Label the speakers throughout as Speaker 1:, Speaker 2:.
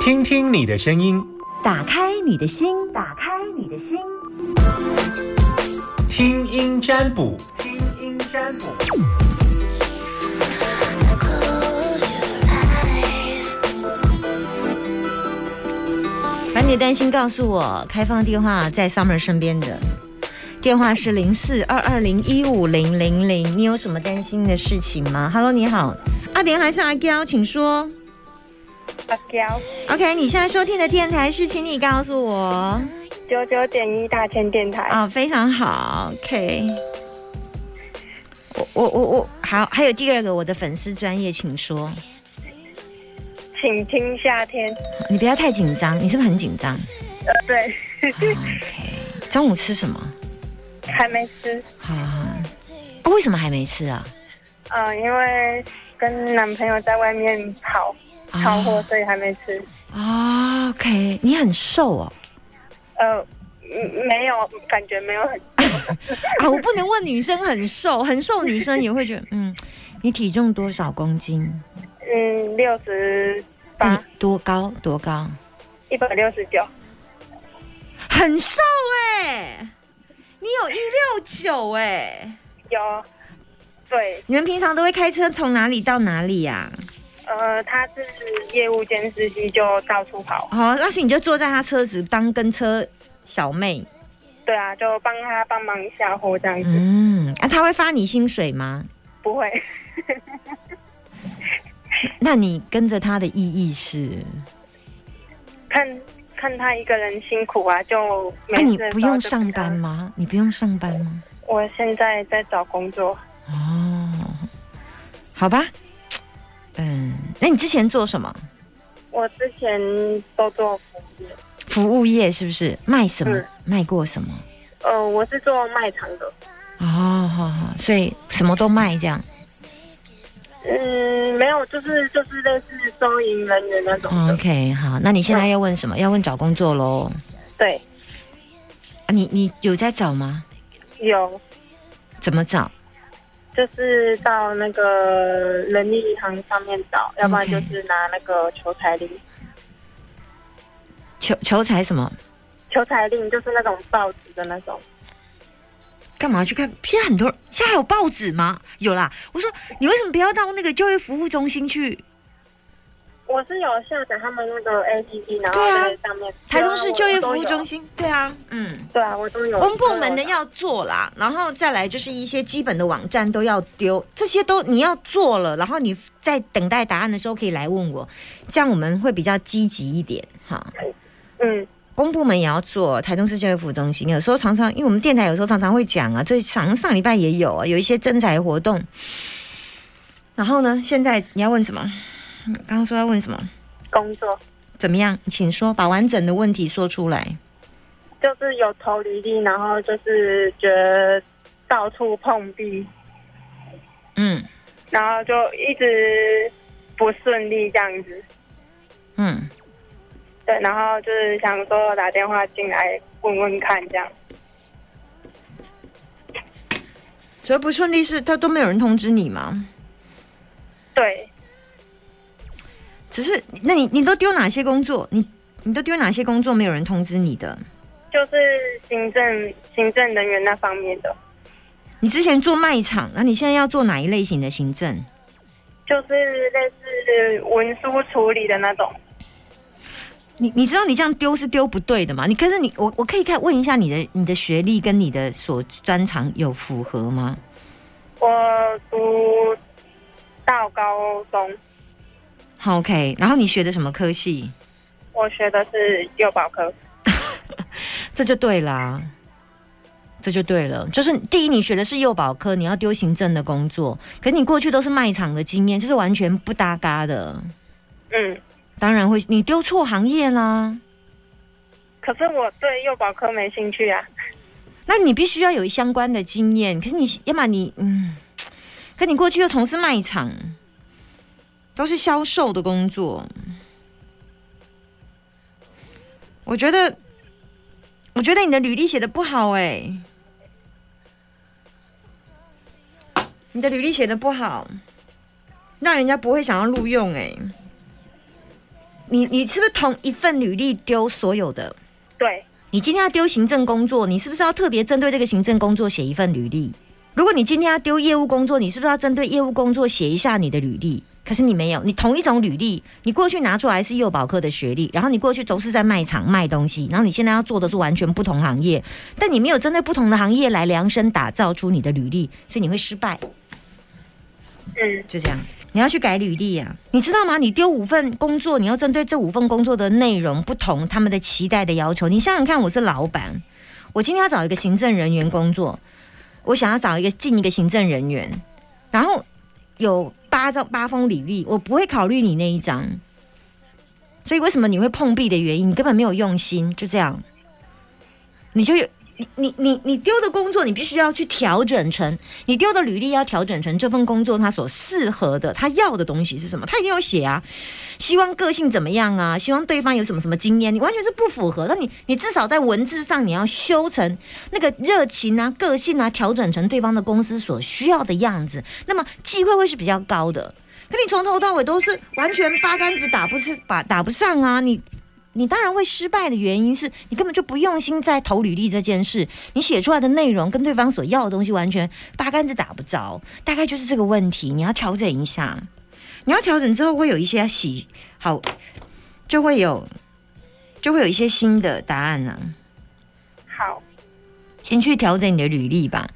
Speaker 1: 听听你的声音，
Speaker 2: 打开你的心，打开你的心，
Speaker 1: 听音占卜，听音占卜。
Speaker 2: 把你的担心告诉我。开放电话在 Summer 身边的电话是零四二二零一五零零零。你有什么担心的事情吗？Hello，你好，阿莲还是阿娇，请说。
Speaker 3: 阿娇，
Speaker 2: OK，你现在收听的电台是，请你告诉我。
Speaker 3: 九九点一大千电台。
Speaker 2: 啊、非常好，OK。我我我我好，还有第二个，我的粉丝专业，请说。
Speaker 3: 请听夏天。
Speaker 2: 你不要太紧张，你是不是很紧张哦
Speaker 3: 呃，对，
Speaker 2: ？OK。中午吃什么？
Speaker 3: 还没吃。
Speaker 2: 好、哦为什么还没吃啊？
Speaker 3: 呃，因为跟男朋友在外面跑
Speaker 2: 啊
Speaker 3: 跑货，所以还没吃。
Speaker 2: 啊、o k 你很瘦哦。
Speaker 3: 呃，嗯没有，感觉没有很。
Speaker 2: 啊，我不能问女生很瘦，很瘦女生也会觉得，嗯，你体重多少公斤？
Speaker 3: 嗯，六十
Speaker 2: 那
Speaker 3: 八
Speaker 2: 你，多高？多高？
Speaker 3: 一百六十九。
Speaker 2: 很瘦哎、你有一六九哎。
Speaker 3: 有，对，
Speaker 2: 你们平常都会开车从哪里到哪里啊呀、
Speaker 3: 呃，他是业务兼司机，就到处跑。
Speaker 2: 好、哦，那是你就坐在他车子当跟车小妹。
Speaker 3: 对啊，就帮他帮忙一下货这样子。
Speaker 2: 嗯，啊，他会发你薪水吗？
Speaker 3: 不会，
Speaker 2: 那你跟着他的意义是？
Speaker 3: 看看他一个人辛苦啊，就
Speaker 2: 那、
Speaker 3: 每次
Speaker 2: 你
Speaker 3: 的时候
Speaker 2: 不用
Speaker 3: 就
Speaker 2: 上
Speaker 3: 陪他
Speaker 2: 班吗？你不用上班吗？
Speaker 3: 我现在在找工作，
Speaker 2: 哦，好吧，嗯，那你之前做什么？
Speaker 3: 我之前都做服务业，
Speaker 2: 服务业是不是？卖什么
Speaker 3: 嗯？
Speaker 2: 卖过什么？
Speaker 3: 呃，我是做卖场的，
Speaker 2: 哦，好好，所以什么都卖这样。
Speaker 3: 嗯，没有，就是就是类似收银人员那种的，
Speaker 2: OK，好，那你现在要问什么？要问找工作喽。
Speaker 3: 对，
Speaker 2: 啊你你有在找吗？
Speaker 3: 有，
Speaker 2: 怎么找？
Speaker 3: 就是到那个人力银行上面找，要不然
Speaker 2: OK
Speaker 3: 就是拿那个求财令，
Speaker 2: 求求财什么？
Speaker 3: 求财令就是那种报纸的那种，
Speaker 2: 干嘛去看？现在很多现在还有报纸吗？有啦。我说你为什么不要到那个就业服务中心去？
Speaker 3: 我是有下载他们那个 APP，然后
Speaker 2: 对啊
Speaker 3: 在上面，啊
Speaker 2: 台中市就业服务中
Speaker 3: 心，
Speaker 2: 心。对啊，嗯。
Speaker 3: 对啊，我都有，
Speaker 2: 公部门的
Speaker 3: 都有
Speaker 2: 要做啦，然后再来就是一些基本的网站都要丢，这些都你要做了，然后你在等待答案的时候可以来问我，这样我们会比较积极一点哈。
Speaker 3: 嗯，
Speaker 2: 公部门也要做，台中市教育服务中心有时候常常，因为我们电台有时候常常会讲啊，最常上礼拜也有啊，有一些征才活动。然后呢，现在你要问什么？刚刚说要问什么？
Speaker 3: 工作。
Speaker 2: 怎么样？请说，把完整的问题说出来。
Speaker 3: 就是有投履历，然后就是觉得到处碰壁，
Speaker 2: 嗯
Speaker 3: 然后就一直不顺利这样子。
Speaker 2: 嗯，
Speaker 3: 对，然后就是想说打电话进来问问看这样。
Speaker 2: 所以不顺利是他都没有人通知你吗？
Speaker 3: 对，
Speaker 2: 只是，那你你都丢哪些工作？你你都丢哪些工作？没有人通知你的。
Speaker 3: 就是行政行政人员那方面的，
Speaker 2: 你之前做卖场，那你现在要做哪一类型的行政？
Speaker 3: 就是类似文书处理的那种。
Speaker 2: 你你知道你这样丢是丢不对的嘛？你可是你我我可以看问一下你的你的学历跟你的所专长有符合吗？
Speaker 3: 我读到高中，
Speaker 2: 好，OK。然后你学的什么科系？
Speaker 3: 我学的是幼保科。
Speaker 2: 这就对啦，这就对了。就是第一，你学的是幼保科，你要丢行政的工作，可你过去都是卖场的经验，这是完全不搭嘎的。
Speaker 3: 嗯，
Speaker 2: 当然会，你丢错行业啦。
Speaker 3: 可是我对幼保科没兴趣啊。
Speaker 2: 那你必须要有相关的经验。可是你，要么你，嗯，可你过去又从事卖场，都是销售的工作。我觉得，我觉得你的履历写的不好哎、你的履历写的不好，让人家不会想要录用哎、欸你你是不是同一份履历丢所有的？
Speaker 4: 对，
Speaker 2: 你今天要丢行政工作，你是不是要特别针对这个行政工作写一份履历？如果你今天要丢业务工作，你是不是要针对业务工作写一下你的履历？可是你没有，你同一种履历，你过去拿出来是幼保科的学历，然后你过去总是在卖场卖东西，然后你现在要做的是完全不同行业，但你没有针对不同的行业来量身打造出你的履历，所以你会失败。
Speaker 4: 嗯
Speaker 2: 就这样，你要去改履历呀、你知道吗？你丢五份工作，你要针对这五份工作的内容不同，他们的期待的要求。你想想看，我是老板，我今天要找一个行政人员工作，我想要找一个进一个行政人员，然后有八张八封履历，我不会考虑你那一张。所以为什么你会碰壁的原因，你根本没有用心，就这样，你就有你你你你丢的工作，你必须要去调整成你丢的履历要调整成这份工作它所适合的，他要的东西是什么？他一定有写啊，希望个性怎么样啊，希望对方有什么什么经验，你完全是不符合。那你你至少在文字上你要修成那个热情啊、个性啊，调整成对方的公司所需要的样子，那么机会会是比较高的。可你从头到尾都是完全八竿子打不是把打不上啊，你你当然会失败的原因是你根本就不用心在投履历这件事，你写出来的内容跟对方所要的东西完全八竿子打不着，大概就是这个问题，你要调整一下。你要调整之后会有一些喜好，就会有就会有一些新的答案啊呢、
Speaker 4: 好，
Speaker 2: 先去调整你的履历吧。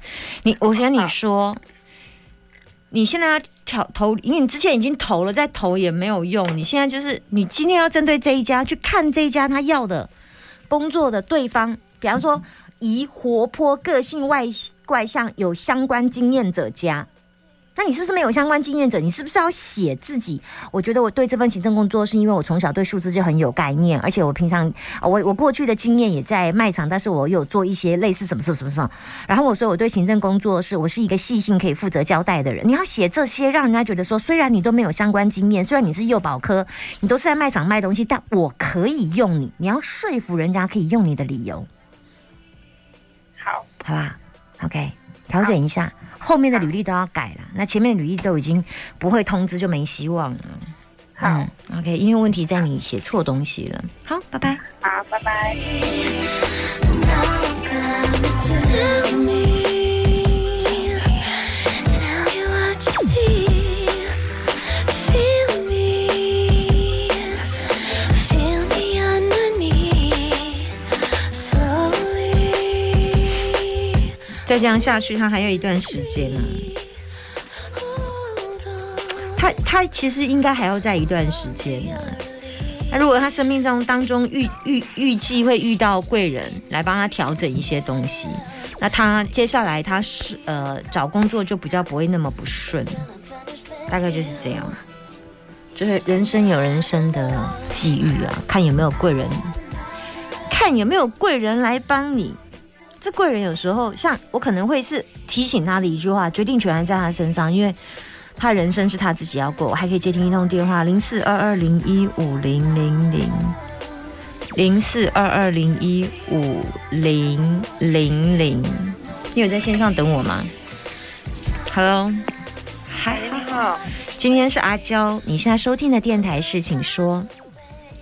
Speaker 2: 你，我想你说，你现在要调投，因为你之前已经投了，再投也没有用。你现在就是，你今天要针对这一家去看这一家他要的工作的对方，比方说以活泼、个性外外向有相关经验者加。那你是不是没有相关经验者？你是不是要写自己？我觉得我对这份行政工作是因为我从小对数字就很有概念，而且我平常啊我我过去的经验也在卖场，但是我有做一些类似什么什么什么什么，然后我说我对行政工作是我是一个细心可以负责交代的人。你要写这些，让人家觉得说，虽然你都没有相关经验，虽然你是幼保科，你都是在卖场卖东西，但我可以用你。你要说服人家可以用你的理由，
Speaker 4: 好，
Speaker 2: 好吧？OK，调整一下，后面的履历都要改了。那前面的履历都已经不会通知，就没希望了。
Speaker 4: 好，
Speaker 2: 嗯，OK，因为问题在你写错东西了。好，拜拜。
Speaker 4: 好，拜拜。
Speaker 5: Tell me, tell me what you see. Feel me, feel me underneath. Slowly,
Speaker 2: 再这样下去，他还有一段时间呢、
Speaker 5: hold on.
Speaker 2: 他他其实应该还要在一段时间呢、那如果他生命中当中预预预计会遇到贵人来帮他调整一些东西，那他接下来他是呃找工作就比较不会那么不顺，大概就是这样。就是人生有人生的际遇啊，看有没有贵人，看有没有贵人来帮你。这贵人有时候像我可能会是提醒他的一句话，决定权还在他身上，因为他人生是他自己要过，我还可以接听一通电话零四二二零一五零零零零四二二零一五零零零。你有在线上等我吗？Hello，嗨，
Speaker 4: 你好，
Speaker 2: 今天是阿娇，你现在收听的电台是请说，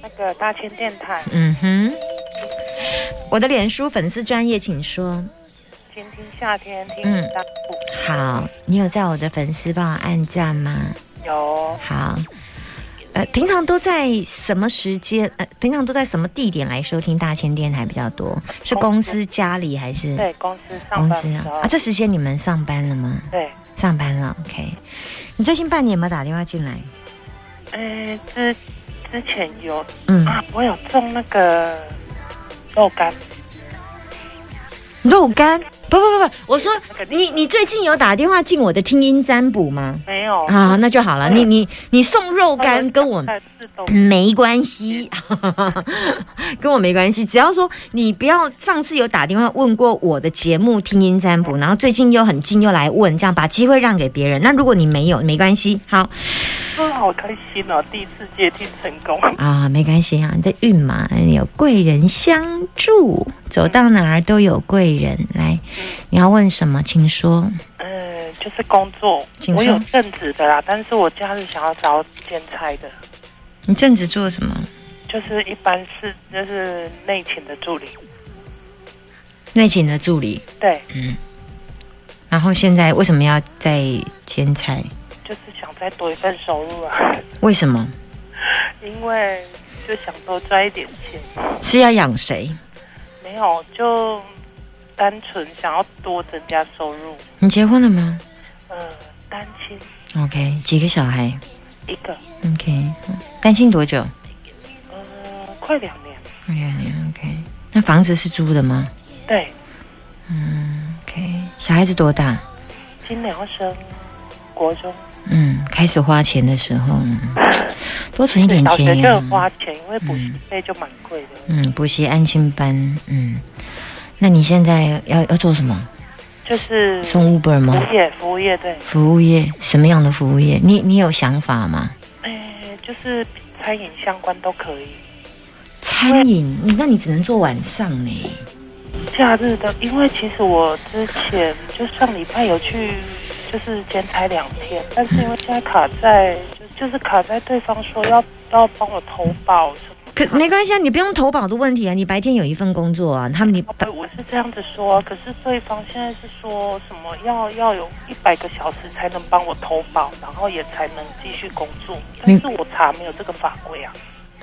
Speaker 4: 那个大千电台，
Speaker 2: 嗯哼，我的脸书粉丝专业请说，
Speaker 4: 先听夏天，听
Speaker 2: 嗯
Speaker 4: 大步，
Speaker 2: 好，你有在我的粉丝帮我按赞吗？
Speaker 4: 有
Speaker 2: 好，呃，平常都在什么时间？呃，平常都在什么地点来收听大千电台比较多？是公司、家里还是
Speaker 4: 对公司上
Speaker 2: 公
Speaker 4: 班
Speaker 2: 司
Speaker 4: 的时
Speaker 2: 啊？
Speaker 4: 候
Speaker 2: 啊，，这时间你们上班了吗？
Speaker 4: 对，
Speaker 2: 上班了，OK。你最近半年有没有打电话进来？
Speaker 4: 呃，之之前有
Speaker 2: 嗯，
Speaker 4: 啊，我有种那个肉干，
Speaker 2: 肉干？不不不不，我说
Speaker 4: 那个地
Speaker 2: 你你最近有打电话进我的听音占卜吗？
Speaker 4: 没有
Speaker 2: 啊，那就好了。你你你送肉干跟我嗯
Speaker 4: 在四周
Speaker 2: 没关系， 跟我没关系。只要说你不要上次有打电话问过我的节目听音占卜，然后最近又很近又来问，这样把机会让给别人。那如果你没有，没关系，好
Speaker 4: 啊，好开心哦！第一次接听成功，
Speaker 2: 啊，没关系啊。你的运嘛，有贵人相助，走到哪儿都有贵人。来，你要问什么，请说。
Speaker 4: 呃，就是工作
Speaker 2: 请，说
Speaker 4: 我有正职的啦，但是我假日想要找兼差的，
Speaker 2: 你正职做什么？
Speaker 3: 就是一般是就是内勤的助理，
Speaker 2: 内勤的助理。
Speaker 3: 对，
Speaker 2: 然后现在为什么要在兼差？
Speaker 3: 就是想再多一份收入啊，
Speaker 2: 为什么
Speaker 3: 因为就想多赚一点钱，
Speaker 2: 是要养谁？
Speaker 3: 没有就单纯想要多增加收入，
Speaker 2: 你结婚了吗
Speaker 3: 呃，单亲
Speaker 2: ？OK，几个小孩
Speaker 3: 一个，
Speaker 2: ？OK，单亲多久
Speaker 3: 呃，快两年，
Speaker 2: ？OK，OK。那房子是租的吗
Speaker 3: 对，
Speaker 2: ？OK，小孩子多大？
Speaker 3: 今年要升国中，
Speaker 2: 嗯，开始花钱的时候，嗯多存一点
Speaker 3: 小学
Speaker 2: 钱
Speaker 3: 就
Speaker 2: 呀、
Speaker 3: 很花钱，因为补习费就蛮贵的，
Speaker 2: 嗯，补习安亲班，嗯。那你现在要要做什么？
Speaker 3: 就是服
Speaker 2: 送 Uber 吗？
Speaker 3: 务业，服务业对，
Speaker 2: 服务业什么样的服务业？你你有想法吗？
Speaker 3: 哎，就是餐饮相关都可以。
Speaker 2: 餐饮，你那你只能做晚上呢。
Speaker 3: 假日的，因为其实我之前就上礼拜有去，就是兼差两天，但是因为现在卡在，就就是卡在对方说要要帮我投保什么，
Speaker 2: 可没关系啊，你不用投保的问题啊，你白天有一份工作啊，他们你
Speaker 3: 哦对我是这样子说，可是对方现在是说什么要要有一百个小时才能帮我投保，然后也才能继续工作，但是我查没有这个法规啊，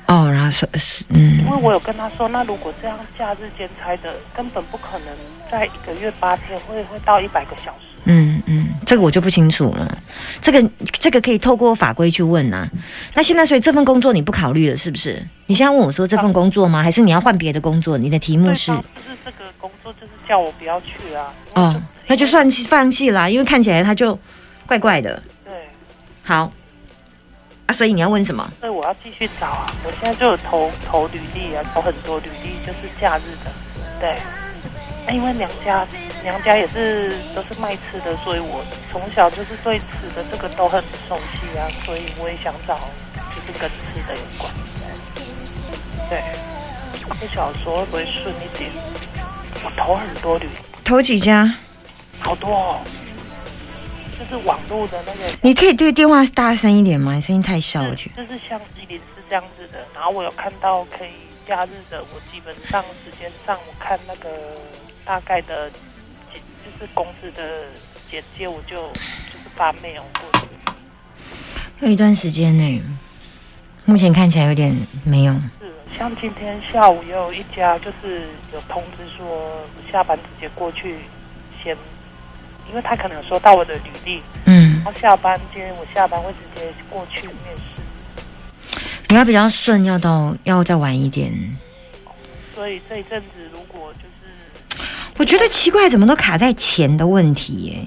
Speaker 2: 哦，然后说是嗯
Speaker 3: 因为我有跟他说，那如果这样假日兼差的，根本不可能在一个月八天会会到一百个小时。
Speaker 2: 嗯嗯，这个我就不清楚了，这个这个可以透过法规去问啊。那现在所以这份工作你不考虑了是不是？你现在问我说这份工作吗？还是你要换别的工作？你的题目
Speaker 3: 对
Speaker 2: 是
Speaker 3: 方就是这个工作，就是叫我不要去啊。
Speaker 2: 哦，那就算弃放弃啦，因为看起来他就怪怪的。
Speaker 3: 对，
Speaker 2: 好啊，所以你要问什么？
Speaker 3: 所以我要继续找啊。我现在就有投投履历啊，投很多履历，就是假日的。对，那因为娘家娘家也是都是卖吃的，所以我从小就是对吃的这个都很熟悉啊，所以我也想找就是跟吃的有关。对，不晓得说会不会顺一点。我投很多履历。
Speaker 2: 投几家？
Speaker 3: 好多哦，就是网络的那个，
Speaker 2: 你可以对电话大声一点吗？你声音太小了，我听。
Speaker 3: 嗯就是像吉林是这样子的。然后我有看到可以假日的，我基本上时间上我看那个大概的简，就是公司的简介，我就就是发 mail 过去，
Speaker 2: 有一段时间呢、目前看起来有点没有。
Speaker 3: 是像今天下午也有一家就是有通知说下班直接过去先，因为他可能有收到我的履历，
Speaker 2: 嗯
Speaker 3: 然，后下班今天我下班会直接过去面试。
Speaker 2: 你要比较顺，要到要再晚一点。
Speaker 3: 所以这一阵子如果就是
Speaker 2: 我觉得奇怪，怎么都卡在钱的问题耶、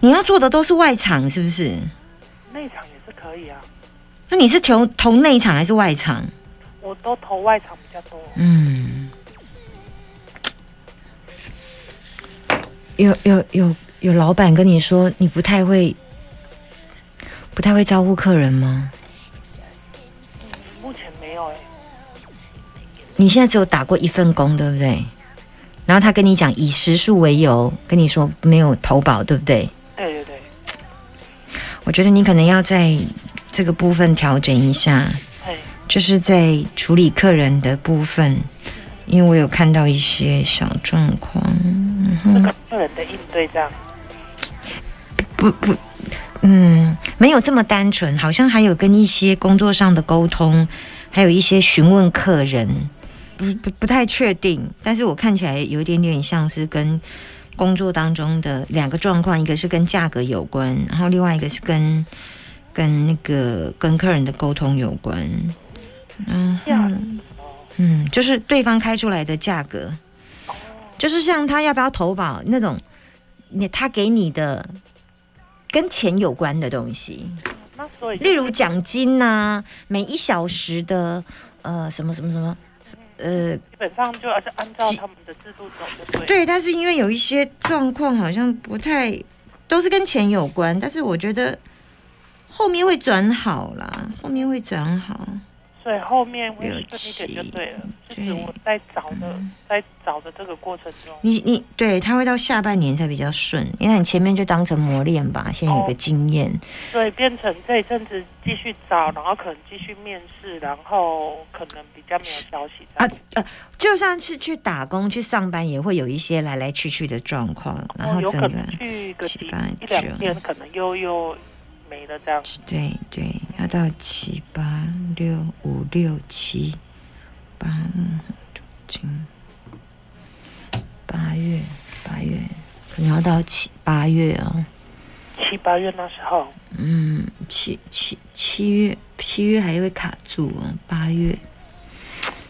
Speaker 2: 你要做的都是外场，是不是？
Speaker 3: 内场也是可以啊，
Speaker 2: 那你是投投内场还是外场？
Speaker 3: 我都投外场比较多。
Speaker 2: 嗯，有有有有老板跟你说你不太会，不太会招呼客人吗？
Speaker 3: 目前没有哎、
Speaker 2: 你现在只有打过一份工，对不对？然后他跟你讲以时数为由，跟你说没有投保，对不对？
Speaker 3: 对对对，
Speaker 2: 我觉得你可能要在这个部分调整一下，
Speaker 3: 哎，
Speaker 2: 就是在处理客人的部分，因为我有看到一些小状况。嗯
Speaker 3: 这个客人的应对这样，
Speaker 2: 不不，嗯，没有这么单纯，好像还有跟一些工作上的沟通，还有一些询问客人，不不不太确定。但是我看起来有一点点像是跟工作当中的两个状况，一个是跟价格有关，然后另外一个是跟跟那个跟客人的沟通有关。嗯
Speaker 3: 价
Speaker 2: 嗯，就是对方开出来的价格，
Speaker 3: 哦，
Speaker 2: 就是像他要不要投保那种，你他给你的跟钱有关的东西，
Speaker 3: 那所以
Speaker 2: 例如奖金呐、每一小时的呃什么什么什么，呃，
Speaker 3: 基本上就还是按照他们的制度走就对。，
Speaker 2: 对，但是因为有一些状况好像不太都是跟钱有关，但是我觉得后面会转好啦，后面会转好。
Speaker 3: 对，后面会
Speaker 2: 六
Speaker 3: 顺利点就对了。就
Speaker 2: 对嗯
Speaker 3: 是我在找的，在找的这个过程中，
Speaker 2: 你你对他会到下半年才比较顺，因为你前面就当成磨练吧，先有个经验。
Speaker 3: 对，变成这一阵子继续找，然后可能继续面试，然后可能比较没有消息这
Speaker 2: 啊
Speaker 3: 样。哦
Speaker 2: 呃，就算是去打工、去上班，也会有一些来来去去的状况，然
Speaker 3: 哦
Speaker 2: 后
Speaker 3: 有
Speaker 2: 整
Speaker 3: 可
Speaker 2: 个
Speaker 3: 能去个
Speaker 2: 七
Speaker 3: 几
Speaker 2: 八
Speaker 3: 一两
Speaker 2: 九
Speaker 3: 天，可能又又没了这样。
Speaker 2: 对对，要到七八六五六七八嗯今八月八月，可能要到七八月哦，
Speaker 3: 七八月那时候，
Speaker 2: 嗯，七七七月七月还会卡住哦，八月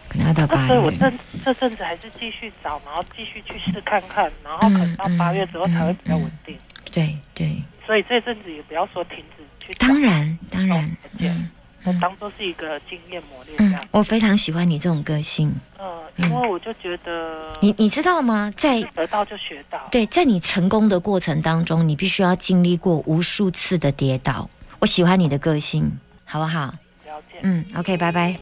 Speaker 2: 可能要到
Speaker 3: 那
Speaker 2: 八
Speaker 3: 所以哦我
Speaker 2: 月。
Speaker 3: 这这阵子还是继续找，然后继续去试看看，然后可能到八月之后才会比较稳定。
Speaker 2: 嗯对对，
Speaker 3: 所以这阵子也不要说停止去
Speaker 2: 嗯
Speaker 3: 找，
Speaker 2: 当然当然，
Speaker 3: 嗯
Speaker 2: 嗯
Speaker 3: 我当做是一个经验磨练这
Speaker 2: 嗯
Speaker 3: 样。，
Speaker 2: 我非常喜欢你这种个性，
Speaker 3: 嗯，因为我就觉得
Speaker 2: 你你知道吗？在
Speaker 3: 得到就学到，
Speaker 2: 对，在你成功的过程当中，你必须要经历过无数次的跌倒。我喜欢你的个性，好不好？
Speaker 3: 了解。
Speaker 2: 嗯，OK，拜拜。